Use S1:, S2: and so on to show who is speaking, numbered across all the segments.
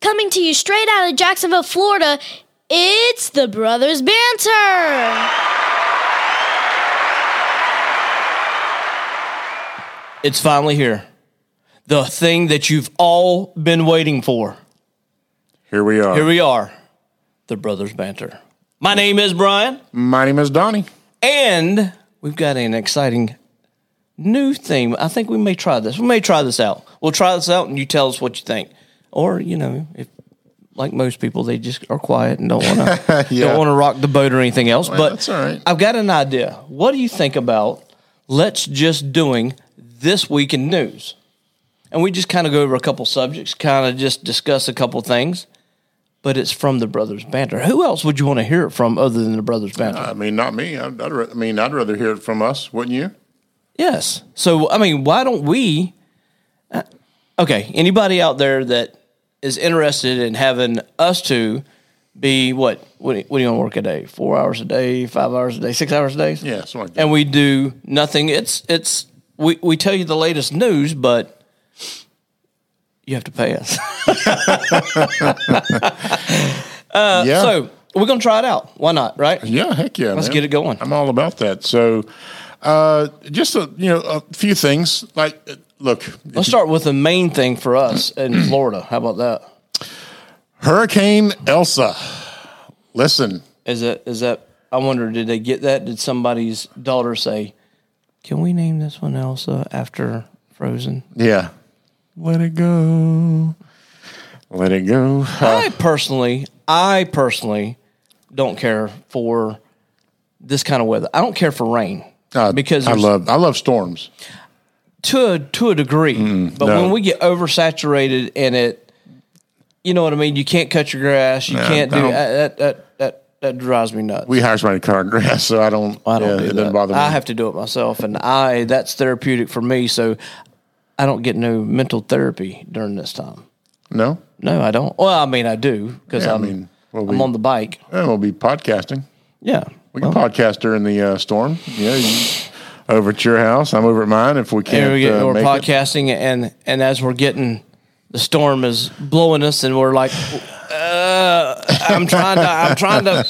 S1: Coming to you straight out of Jacksonville, Florida, it's the Brothers Banter.
S2: It's finally here. The thing that you've all been waiting for.
S3: Here we are.
S2: Here we are. The Brothers Banter. My name is Brian,
S3: My name is Donnie.
S2: and we've got an exciting new theme. I think we may try this. We may try this out. We'll try this out and you tell us what you think. Or, you know, if like most people, they just are quiet and don't want to
S3: Yeah.
S2: don't want to rock the boat or anything else. but
S3: that's all right.
S2: I've got an idea. What do you think about let's just doing this week in news? And we just kind of go over a couple subjects, kind of just discuss a couple things. But it's from the brothers banter. Who else would you want to hear it from other than the brothers banter?
S3: I mean, not me. I'd, I'd, ra- I mean, I'd rather hear it from us, wouldn't you?
S2: Yes. So I mean, why don't we? uh, Okay, anybody out there that is interested in having us two be what? What do you, what do you want to work a day? Four hours a day, five hours a day, six hours a day?
S3: Yeah, something like that.
S2: And we do nothing. It's it's we we tell you the latest news, but you have to pay us.
S3: yeah.
S2: Uh, so we're gonna try it out. Why not? Right?
S3: yeah, heck yeah.
S2: Let's
S3: man.
S2: get it going.
S3: I'm all about that. So, uh, just a you know a few things. Like, uh, look,
S2: Let's start with the main thing for us in Florida. How about that?
S3: Hurricane Elsa. Listen,
S2: Is that is that? I wonder. Did they get that? Did somebody's daughter say, "Can we name this one Elsa after Frozen"?
S3: yeah. Let it go. Let it go.
S2: I personally, I personally don't care for this kind of weather. I don't care for rain
S3: Uh,
S2: because
S3: I
S2: there's-
S3: love I love storms.
S2: to a, to a degree. but
S3: Mm-hmm. no.
S2: when we get oversaturated and it, you know what I mean. You can't cut your grass. You
S3: No,
S2: can't
S3: I
S2: do
S3: don't-
S2: that. That that that, that drives me nuts.
S3: We hire somebody to cut our grass, so I don't.
S2: I don't
S3: yeah,
S2: do
S3: it
S2: that.
S3: doesn't bother me.
S2: I have to do it myself, and I that's therapeutic for me. So I don't get no mental therapy during this time.
S3: no.
S2: No, I don't. Well, I mean, I do because
S3: Yeah, I
S2: I'm
S3: mean, well,
S2: I'm
S3: we-
S2: on the bike.
S3: Yeah, we'll be podcasting.
S2: Yeah,
S3: We can podcast during the uh, storm. Yeah, you, over at your house. I'm over at mine. If we
S2: Here
S3: can't,
S2: we get,
S3: uh,
S2: we're
S3: make it.
S2: podcasting, and and as we're getting the storm is blowing us, and we're like, uh, I'm trying to, I'm trying to.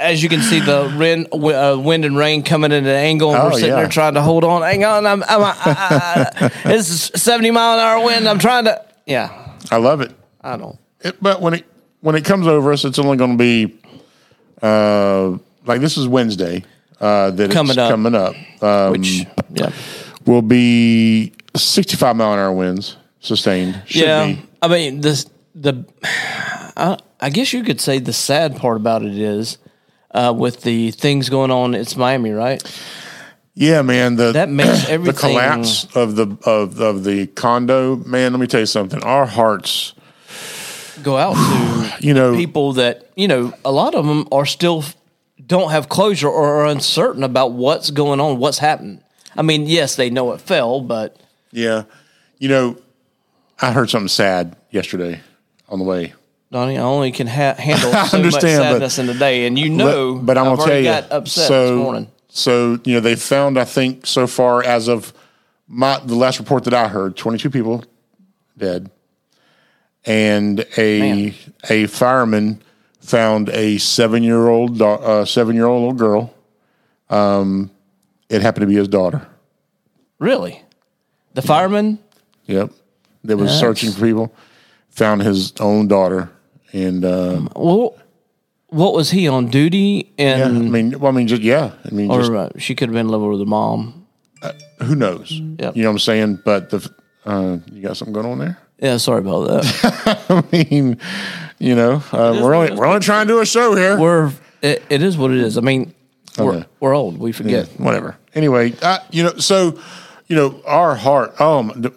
S2: As you can see, the wind, uh, wind and rain coming at an angle, and
S3: Oh,
S2: we're sitting
S3: yeah.
S2: there trying to hold on. Hang on, I'm, I'm, I, I, I, this is 70 mile an hour wind. I'm trying to, yeah,
S3: I love it.
S2: I don't.
S3: it. But when it when it comes over us, it's only going to be uh, like this is Wednesday uh, that
S2: Coming
S3: it's
S2: up.
S3: coming up. Um,
S2: Which, Mm, yeah,
S3: will be 65 mile an hour winds sustained. Should
S2: yeah.
S3: be.
S2: I mean, this the. I, I guess you could say the sad part about it is, uh, with the things going on, it's Miami, right?
S3: Yeah, man. The
S2: That makes
S3: the
S2: everything.
S3: collapse of the of of the condo, man. Let me tell you something. Our hearts,
S2: go out to
S3: you know,
S2: people that you know a lot of them are still don't have closure or are uncertain about what's going on what's happened i mean yes they know it fell but
S3: Yeah. You know, I heard something sad yesterday on the way.
S2: donnie i only can ha- handle
S3: I
S2: so much
S3: understand, but-
S2: sadness in a day and you know
S3: but I'm
S2: I've
S3: gonna tell
S2: already
S3: you.
S2: got upset
S3: so,
S2: this morning
S3: so you know, they found I think so far as of my the last report that I heard, 22 people dead, and a
S2: Man.
S3: a fireman found a seven year old uh, seven year old little girl. Um, it happened to be his daughter.
S2: really the fireman
S3: Yep, that was searching for people, found his own daughter, and. Uh,
S2: well what was he on duty
S3: Yeah, I
S2: and
S3: mean, well, I mean, just yeah, I mean, just
S2: Mm-hmm. or uh, she could have been living with her mom
S3: who knows?
S2: Yep.
S3: You know what I'm saying? But the uh, you got something going on there.
S2: yeah sorry about that
S3: I mean, you know, uh, we're only we're only trying to do a show here.
S2: we're it, it is what it is i mean we're,
S3: Okay.
S2: we're old we forget
S3: Whatever. Anyway, uh, you know, so you know, our heart. Oh, my, d-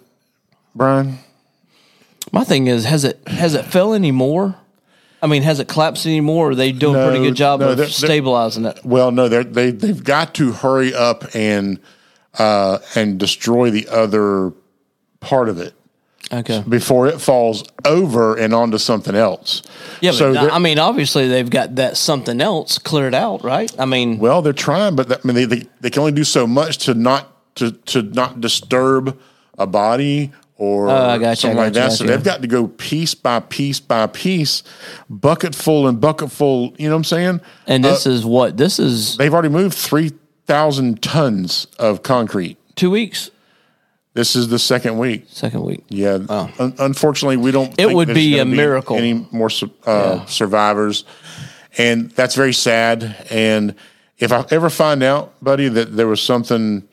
S3: Brian,
S2: My thing is, has it has it fell any more? I mean, has it collapsed any more? Or are they doing a pretty
S3: No,
S2: good job
S3: no,
S2: of
S3: they're- they're-
S2: stabilizing it?
S3: Well, no, they're, they they've got to hurry up and uh, and destroy the other part of it
S2: Okay.
S3: before it falls over and onto something else.
S2: Yeah, but
S3: So
S2: no,
S3: they're-
S2: I mean, obviously they've got that something else cleared out, right? I mean,
S3: Well, they're trying, but that, I mean, they, they they can only do so much to not to to not disturb a body or
S2: Oh, I gotcha,
S3: something
S2: I
S3: like
S2: gotcha,
S3: that. So
S2: gotcha.
S3: they've got to go piece by piece by piece, bucket full and bucket full. You know what I'm saying?
S2: And
S3: uh,
S2: this is what? This is
S3: They've already moved 3,000 tons of concrete.
S2: two weeks,
S3: This is the second week.
S2: second week.
S3: Yeah. Un- unfortunately, we don't.
S2: Oh. It would
S3: there's
S2: be
S3: gonna
S2: a miracle.
S3: Any more su- uh, survivors, and that's very sad. And if I ever find out, buddy, that there was something,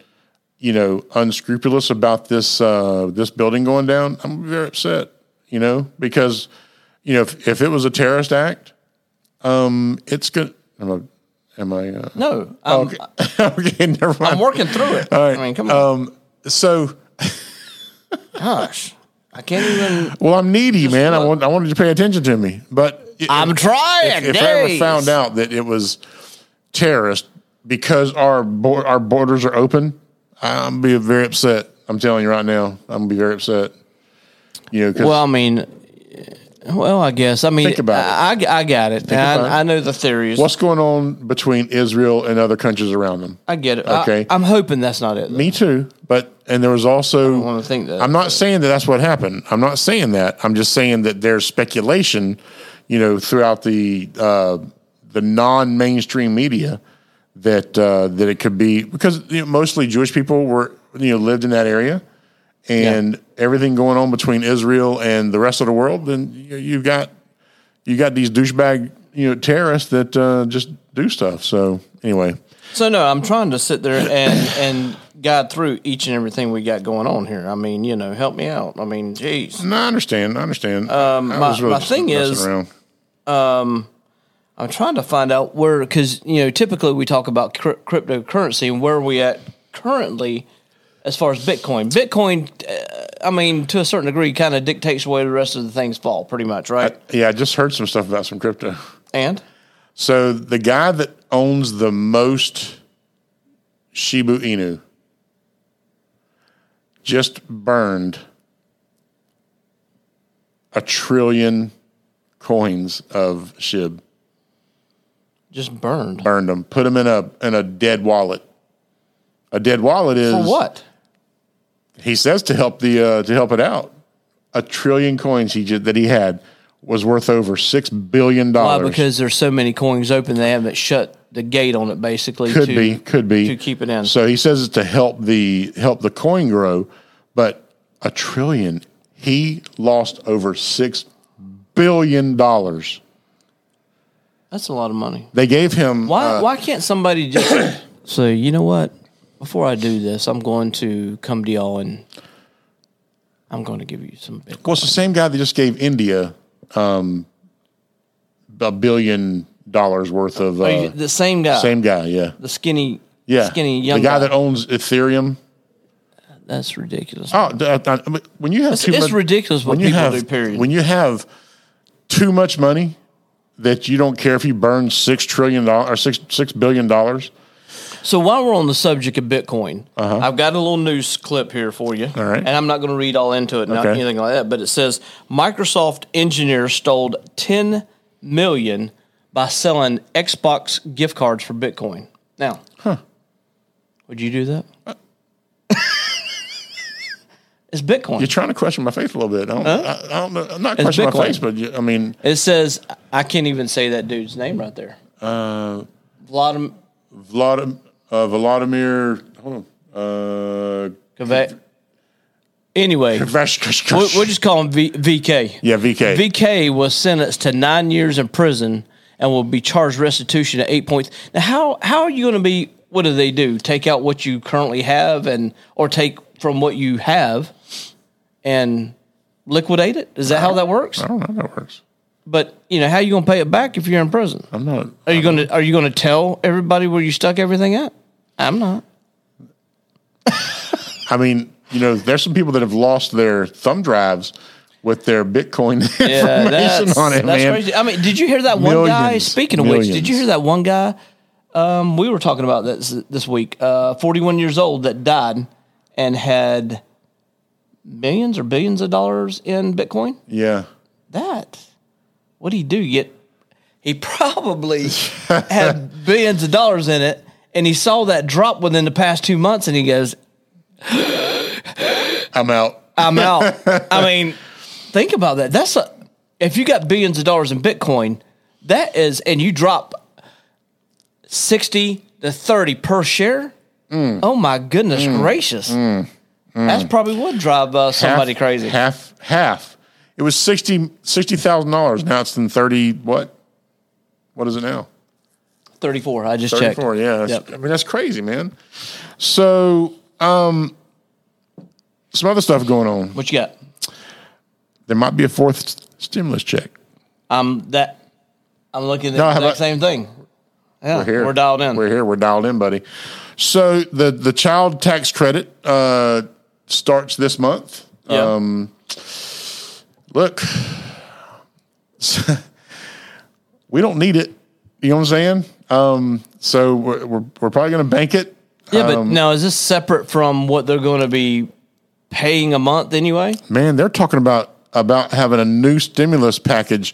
S3: you know, unscrupulous about this uh, this building going down, I'm gonna be very upset. You know, because you know if, if it was a terrorist act, um, it's good. Am I? Am I? Uh,
S2: No, I'm,
S3: okay. okay. Never mind.
S2: I'm working through it.
S3: right. Uh,
S2: I mean, come on.
S3: So.
S2: Gosh, I can't even.
S3: Well, I'm needy, man. I want I wanted you to pay attention to me, but i-
S2: I'm trying.
S3: if I ever found out that it was terrorist because our bor- our borders are open, I'm be very upset. I'm telling you right now, I'm gonna be very upset. You know, 'cause
S2: Well, I mean, well, I guess. I mean,
S3: Think about
S2: I, I, I got it.
S3: about it.
S2: I, I know the theories.
S3: what's going on between Israel and other countries around them?
S2: I get it.
S3: Okay.
S2: Okay. I, am hoping that's not it. though.
S3: Me too. But and there was also. I
S2: wanna think that.
S3: I'm not saying that that's what happened. I'm not saying that. I'm just saying that there's speculation, you know, throughout the uh, the non-mainstream media that uh, that it could be because you know, mostly Jewish people were you know lived in that area, and everything going on between Israel and the rest of the world. Then you, you've got you got these douchebag you know terrorists that uh, just do stuff. So anyway.
S2: So no, I'm trying to sit there and and guide through each and everything we got going on here. I mean, you know, help me out. I mean, jeez.
S3: No, I understand. I understand. I
S2: Um, my-
S3: was really
S2: my
S3: just
S2: thing
S3: messing
S2: is-
S3: around.
S2: I'm trying to find out where because you know typically we talk about cr- cryptocurrency and where we at currently as far as Bitcoin. Bitcoin, uh, I mean, to a certain degree, kind of dictates where the rest of the things fall, pretty much, right?
S3: Yeah, I just heard some stuff about some crypto.
S2: and
S3: So the guy that owns the most Shibu Inu just burned a trillion coins of SHIB.
S2: just burned.
S3: Burned them, put them in a in a dead wallet. A dead wallet is
S2: For what?
S3: he says to help the uh, to help it out. A trillion coins he ju- that he had was worth over six billion
S2: Why?
S3: dollars.
S2: Because there's so many coins open, they haven't shut the gate on it, basically.
S3: could
S2: to-
S3: be, could be
S2: to keep it in.
S3: So he says it's to help the help the coin grow, but a trillion. He lost over six billion dollars.
S2: That's a lot of money.
S3: They gave him
S2: Why,
S3: uh,
S2: why can't somebody just so you know what? Before I do this, I'm going to come to y'all and I'm going to give you some bit.
S3: well, it's the same guy that just gave India um, a billion dollars worth of uh,
S2: the same guy,
S3: same guy. Yeah,
S2: the skinny,
S3: yeah,
S2: skinny young
S3: the guy,
S2: guy.
S3: that owns Ethereum.
S2: That's ridiculous.
S3: Oh, d- uh, I mean, when you have
S2: It's-
S3: too
S2: it's
S3: much,
S2: ridiculous what
S3: when you
S2: people
S3: have,
S2: do, period.
S3: When you have too much money that you don't care if you burn six trillion dollars or six six billion dollars.
S2: So while we're on the subject of Bitcoin, I've got a little news clip here for you,
S3: Uh-huh. All right.
S2: and I'm not going to read all into it, not
S3: Okay.
S2: anything like that. But it says Microsoft engineer stole 10 million by selling Xbox gift cards for Bitcoin. Now, would you do that? it's Bitcoin.
S3: You're trying to question my faith a little bit. I don't, I, I don't know. I'm not
S2: It's
S3: questioning my
S2: Bitcoin.
S3: faith, but you, I mean
S2: It says I can't even say that dude's name right there. Uh, Vladimir
S3: Vladimir, uh, Vladimir. Hold on. Uh,
S2: Kavak. Anyway, we-
S3: Vash-
S2: we'll just call him v- VK.
S3: yeah, VK.
S2: VK was sentenced to nine years in prison and will be charged restitution at eight points. Now, how how are you going to be? What do they do? Take out what you currently have and or take from what you have and liquidate it? Is that how that works?
S3: I don't know how that works.
S2: But you know, how you going to pay it back if you're in prison?
S3: I'm not.
S2: Are you going to are you going to tell everybody where you stuck everything at? I'm not.
S3: I mean, you know, there's some people that have lost their thumb drives with their Bitcoin
S2: Yeah,
S3: information
S2: that's,
S3: on it,
S2: that's
S3: man.
S2: crazy. I mean, did you hear that one guy?
S3: Millions,
S2: Speaking of which, did
S3: millions.
S2: you hear that one guy? Um, we were talking about this this week. Uh, Forty-one years old that died and had millions or billions of dollars in Bitcoin.
S3: Yeah.
S2: That what did he do? Get he probably had billions of dollars in it, and he saw that drop within the past two months, and he goes,
S3: I'm out.
S2: I'm out. I mean, think about that. That's a, if you got billions of dollars in Bitcoin, that is, and you drop 60 to 30 per share.
S3: Mm.
S2: Oh my goodness gracious. That's probably would drive uh, somebody
S3: half,
S2: crazy.
S3: Half, half. It was sixty sixty thousand dollars. Now it's in thirty. What? What is it now?
S2: 34. I just checked.
S3: Thirty-four. Yeah. that's-
S2: Yep.
S3: I mean, that's crazy, man. So, um, some other stuff going on.
S2: What you got?
S3: There might be a fourth st- stimulus check.
S2: I'm that. I'm looking at the
S3: No, how
S2: exact
S3: about-
S2: same thing. Yeah,
S3: We're here.
S2: We're dialed in.
S3: We're here. We're dialed in, buddy. So the the child tax credit uh, starts this month. Um,
S2: Yeah.
S3: Look, we don't need it. You know what I'm saying? Um, so we're we're, we're probably going to bank it.
S2: yeah, but
S3: um,
S2: now is this separate from what they're going to be paying a month anyway?
S3: Man, they're talking about about having a new stimulus package,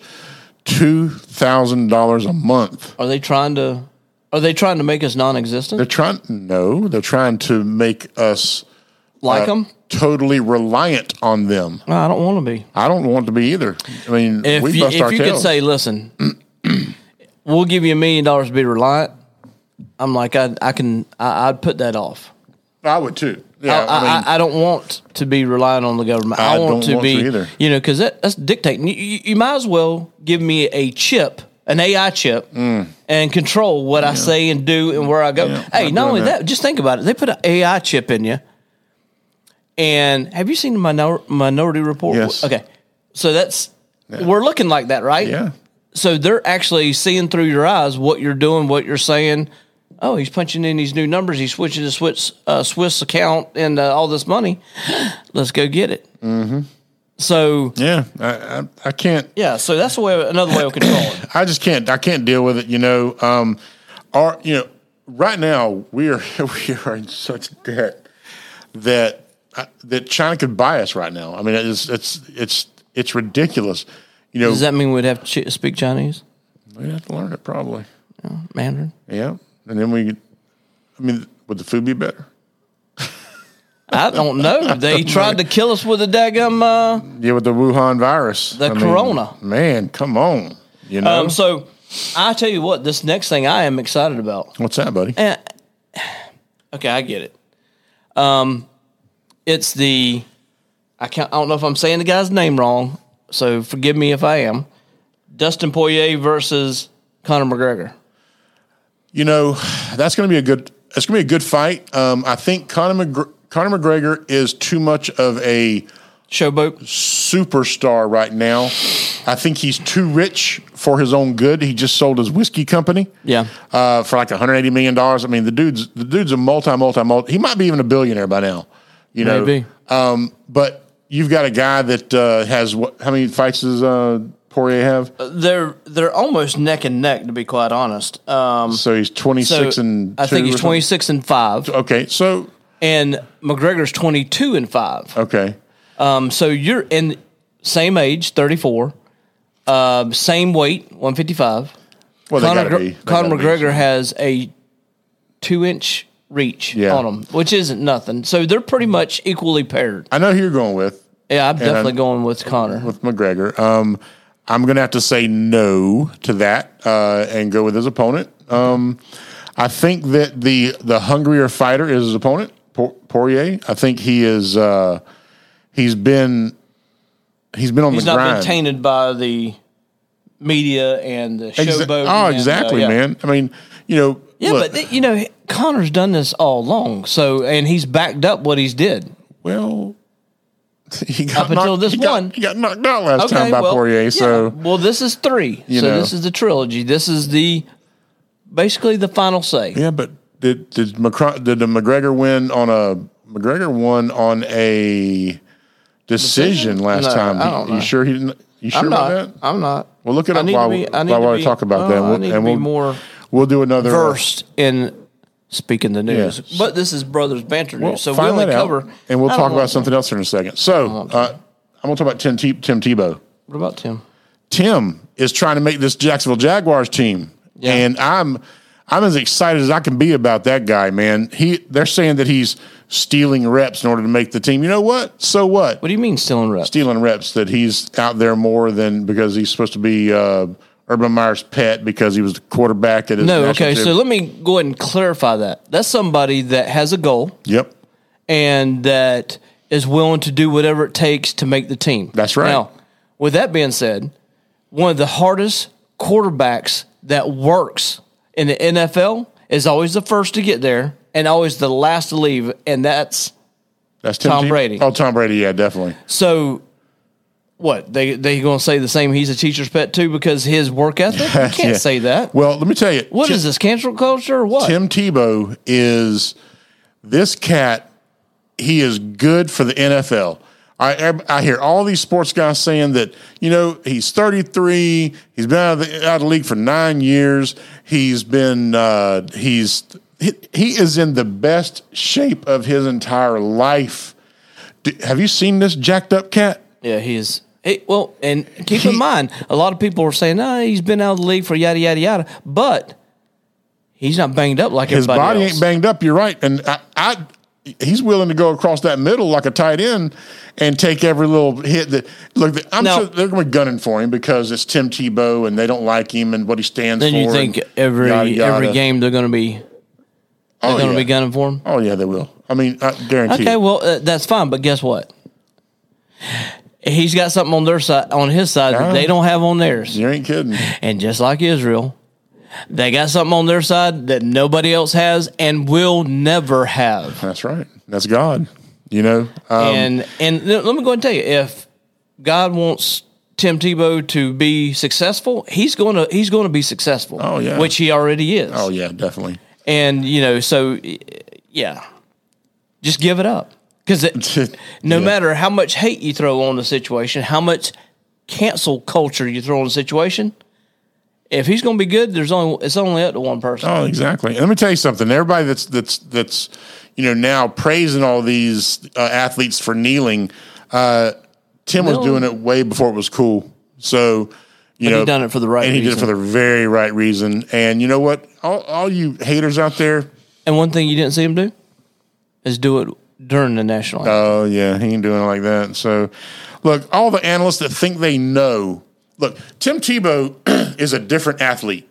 S3: two thousand dollars a month.
S2: Are they trying to? Are they trying to make us non-existent?
S3: They're trying no, they're trying to make us
S2: like
S3: uh,
S2: them?
S3: totally reliant on them.
S2: No, I don't want to be.
S3: I don't want to be either. I mean,
S2: If
S3: we
S2: you,
S3: bust
S2: if
S3: our
S2: you could
S3: tails.
S2: say, listen, we'll give you a million dollars to be reliant. I'm like, I, I can, I, I'd put that off.
S3: I would too. Yeah,
S2: I,
S3: I, mean,
S2: I, I don't want to be relying on the government. I,
S3: I
S2: want
S3: don't
S2: to
S3: want
S2: be,
S3: to either.
S2: you know, because that, that's dictating. You, you, you might as well give me a chip, an AI chip, and control what I say and do and where I go.
S3: Mm. Yeah,
S2: hey,
S3: not
S2: not
S3: doing
S2: only that.
S3: that.
S2: just think about it. They put an AI chip in you. And have you seen the minor, Minority Report?
S3: Yes.
S2: Okay. So that's, we're looking like that, right?
S3: yeah.
S2: So they're actually seeing through your eyes what you're doing, what you're saying. Oh, he's punching in these new numbers. He's switching to Swiss, uh, Swiss account and uh, all this money. Let's go get it. Mm-hmm. So
S3: Yeah, I, I, I can't.
S2: yeah, so that's a way, another way of controlling.
S3: I just can't. I can't deal with it. You know, um, our you know, right now we are we are in such debt that uh, that China could buy us right now. I mean, it's it's it's it's ridiculous. You know,
S2: Does that mean we'd have to ch- speak Chinese,
S3: we have to learn it probably.
S2: Mandarin?
S3: Yeah, and then we. I mean, would the food be better?
S2: I don't know. They tried to kill us with a daggum. Uh,
S3: Yeah, with the Wuhan virus,
S2: The corona.
S3: Man, come on. You know
S2: um, so I tell you what, this next thing I am excited about.
S3: what's that, buddy?
S2: Okay, I get it. Um, it's the I can't. I don't know if I'm saying the guy's name wrong, so forgive me if I am. Dustin Poirier versus Conor McGregor.
S3: You know, that's going to be a good. That's going to be a good fight. Um, I think Conor, McGr- Conor McGregor is too much of a
S2: Showboat.
S3: superstar right now. I think he's too rich for his own good. He just sold his whiskey company.
S2: Yeah.
S3: Uh, for like 180 million dollars. I mean, the dude's the dude's a multi multi multi. He might be even a billionaire by now. You know,
S2: Maybe.
S3: Um, but you've got a guy that uh, has what? How many fights does uh, Poirier have?
S2: Uh, They're they're almost neck and neck to be quite honest. Um,
S3: So he's 26
S2: so
S3: and
S2: I think
S3: two
S2: he's
S3: or something?
S2: 26 and five,
S3: Okay, so
S2: and McGregor's 22 and five.
S3: okay,
S2: Um, so you're in same age, 34, uh, same weight, 155.
S3: well they
S2: Conor,
S3: got to
S2: Gre-
S3: be. They
S2: Conor
S3: gotta be.
S2: McGregor has a two inch reach
S3: Yeah.
S2: on him, which isn't nothing. So they're pretty much equally paired.
S3: I know who you're going with
S2: Yeah, I'm definitely
S3: I-
S2: going with Conor.
S3: with McGregor. Um, I'm going to have to say no to that uh, and go with his opponent. Um, I think that the the hungrier fighter is his opponent, Po- Poirier. I think he is. Uh, he's been he's been on
S2: He's
S3: the
S2: not
S3: grind.
S2: been tainted by the media and the
S3: Exa-
S2: showboat.
S3: oh,
S2: and, uh,
S3: exactly,
S2: yeah.
S3: man. I mean, you know,
S2: Yeah,
S3: look,
S2: but th- you know, Connor's done this all along. So, and he's backed up what he's did.
S3: well. He got
S2: Up until
S3: knocked-
S2: this
S3: he got-
S2: one.
S3: he got knocked out last time by Poirier.
S2: yeah.
S3: So
S2: well, this is three.
S3: You
S2: so
S3: know.
S2: this is the trilogy. This is the basically the final say.
S3: Yeah, but did did, McCro- did the McGregor win on a McGregor won on a decision last
S2: No,
S3: time?
S2: I don't
S3: You-
S2: know.
S3: You sure he didn't? You sure
S2: I'm
S3: about
S2: not.
S3: that?
S2: I'm not.
S3: Well, look it
S2: I
S3: up
S2: need to
S3: while,
S2: be- I need
S3: while
S2: to
S3: I
S2: be-
S3: talk about
S2: well,
S3: that,
S2: I
S3: We'll-
S2: need to
S3: and
S2: be
S3: we'll
S2: more
S3: We'll do another
S2: versed in speaking the news.
S3: Yeah.
S2: But this is brothers banter
S3: Well,
S2: news, so we
S3: find
S2: only
S3: that out,
S2: cover.
S3: and we'll
S2: I don't
S3: talk
S2: know.
S3: about something else here in a second. So uh, I'm going to talk about Tim, Te- Tim Tebow.
S2: What about Tim?
S3: Tim is trying to make this Jacksonville Jaguars team,
S2: Yeah.
S3: and I'm I'm as excited as I can be about that guy, man. He they're saying that he's stealing reps in order to make the team. You know what? So what?
S2: What do you mean stealing reps?
S3: Stealing reps that he's out there more than because he's supposed to be uh, Urban Meyer's pet because he was the quarterback at his
S2: no,
S3: national
S2: okay. So
S3: champ-
S2: let me go ahead and clarify that. That's somebody that has a goal
S3: yep,
S2: and that is willing to do whatever it takes to make the team.
S3: That's right.
S2: Now, with that being said, one of the hardest quarterbacks that works in the NFL is always the first to get there and always the last to leave, and that's
S3: that's Tim
S2: Tom
S3: Tebow.
S2: Brady.
S3: Oh, Tom Brady, yeah, definitely.
S2: so. What they they gonna say the same? He's a teacher's pet too because his work ethic. You can't
S3: Yeah.
S2: say that.
S3: Well, let me tell you,
S2: What is
S3: Tim,
S2: this cancel culture or what?
S3: Tim Tebow is this cat. He is good for the NFL. I I hear all these sports guys saying that you know he's 33. He's been out of the, out of the league for nine years. He's been uh, he's he, he is in the best shape of his entire life. Do, have you seen this jacked up cat?
S2: Yeah, he is. Hey, well, and keep in
S3: He-
S2: mind, a lot of people are saying, "No, he's been out of the league for yada yada yada," but he's not banged up like
S3: His
S2: everybody
S3: body
S2: else.
S3: ain't banged up. You're right, and I, I he's willing to go across that middle like a tight end and take every little hit that. Look, I'm
S2: Now-
S3: sure they're going to be gunning for him because it's Tim Tebow and they don't like him and what he stands
S2: then
S3: for.
S2: you think
S3: and
S2: every
S3: yada, yada.
S2: every game they're going to be they're
S3: oh,
S2: going to
S3: yeah.
S2: be gunning for him.
S3: Oh yeah, they will. I mean, I guarantee.
S2: Okay,
S3: it.
S2: well uh, that's fine, but guess what? He's got something on their side, on his side that
S3: Ah.
S2: they don't have on theirs.
S3: you ain't kidding.
S2: And just like Israel, they got something on their side that nobody else has and will never have.
S3: That's right. That's God. You know. Um,
S2: and and let me go ahead and tell you, if God wants Tim Tebow to be successful, he's going to he's going to be successful.
S3: Oh, yeah.
S2: which he already is.
S3: oh yeah, definitely.
S2: and you know, so eh, yeah, just give it up because no
S3: Yeah.
S2: matter how much hate you throw on the situation, how much cancel culture you throw on the situation, if he's going to be good, there's only it's only up to one person.
S3: Oh, exactly. And let me tell you something. Everybody that's that's that's you know now praising all these uh, athletes for kneeling. Uh, Tim
S2: No.
S3: was doing it way before it was cool. So you
S2: But he
S3: know,
S2: done it for the right
S3: and he did it
S2: reason.
S3: for the very right reason. And you know what? All, all you haters out there.
S2: And one thing you didn't see him do is do it during the national. anthem.
S3: Oh yeah, he ain't doing it like that. So look, all the analysts that think they know. Look, Tim Tebow is a different athlete.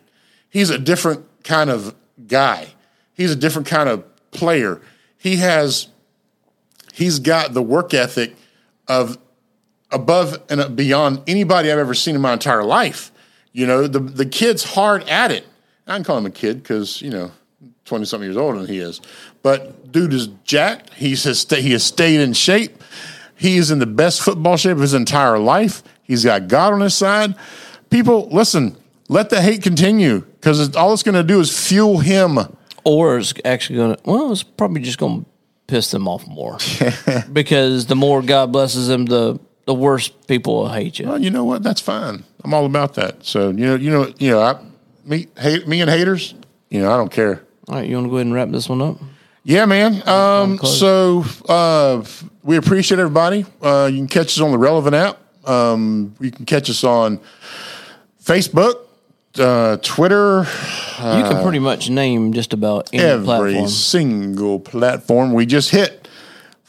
S3: He's a different kind of guy. He's a different kind of player. He has he's got the work ethic of above and beyond anybody I've ever seen in my entire life. You know, the the kid's hard at it. I can call him a kid because you know, twenty something years older than he is. But dude is jacked. He's has sta- he has stayed in shape. He is in the best football shape of his entire life. He's got God on his side. People, listen. Let the hate continue because all it's going to do is fuel him. Oh,
S2: or it's actually going to well it's probably just going to piss them off more because the more god blesses them the the worse people will hate you
S3: Well, you know what? That's fine. I'm all about that. So you know, you know, you know, I, me, hate, me and haters. You know, I don't care.
S2: all right you want to go ahead and wrap this one up
S3: Yeah, man. Um,
S2: close.
S3: so uh, we appreciate everybody. Uh, you can catch us on the Relevant app. Um, you can catch us on Facebook, uh, Twitter,
S2: you can pretty much name just about any
S3: Uh, every
S2: platform
S3: single platform. We just hit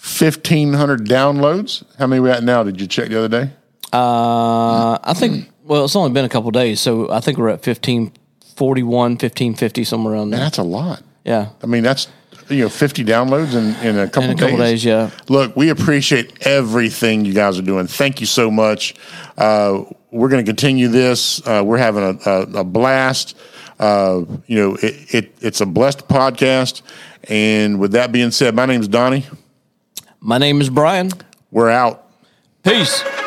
S3: 1,500 downloads. How many we at now? Did you check the other day?
S2: uh, i think
S3: Mm.
S2: well it's only been a couple days so i think we're at 1541 1550 somewhere around there
S3: That's a lot.
S2: yeah
S3: I mean, that's you know 50 downloads in, in a
S2: in
S3: couple
S2: a couple days yeah
S3: Look, we appreciate everything you guys are doing. Thank you so much. Uh, we're going to continue this. Uh, we're having a, a, a blast. Uh, you know, it, it, it's a blessed podcast. And with that being said, my name's Donnie.
S2: my name is brian
S3: We're out.
S2: peace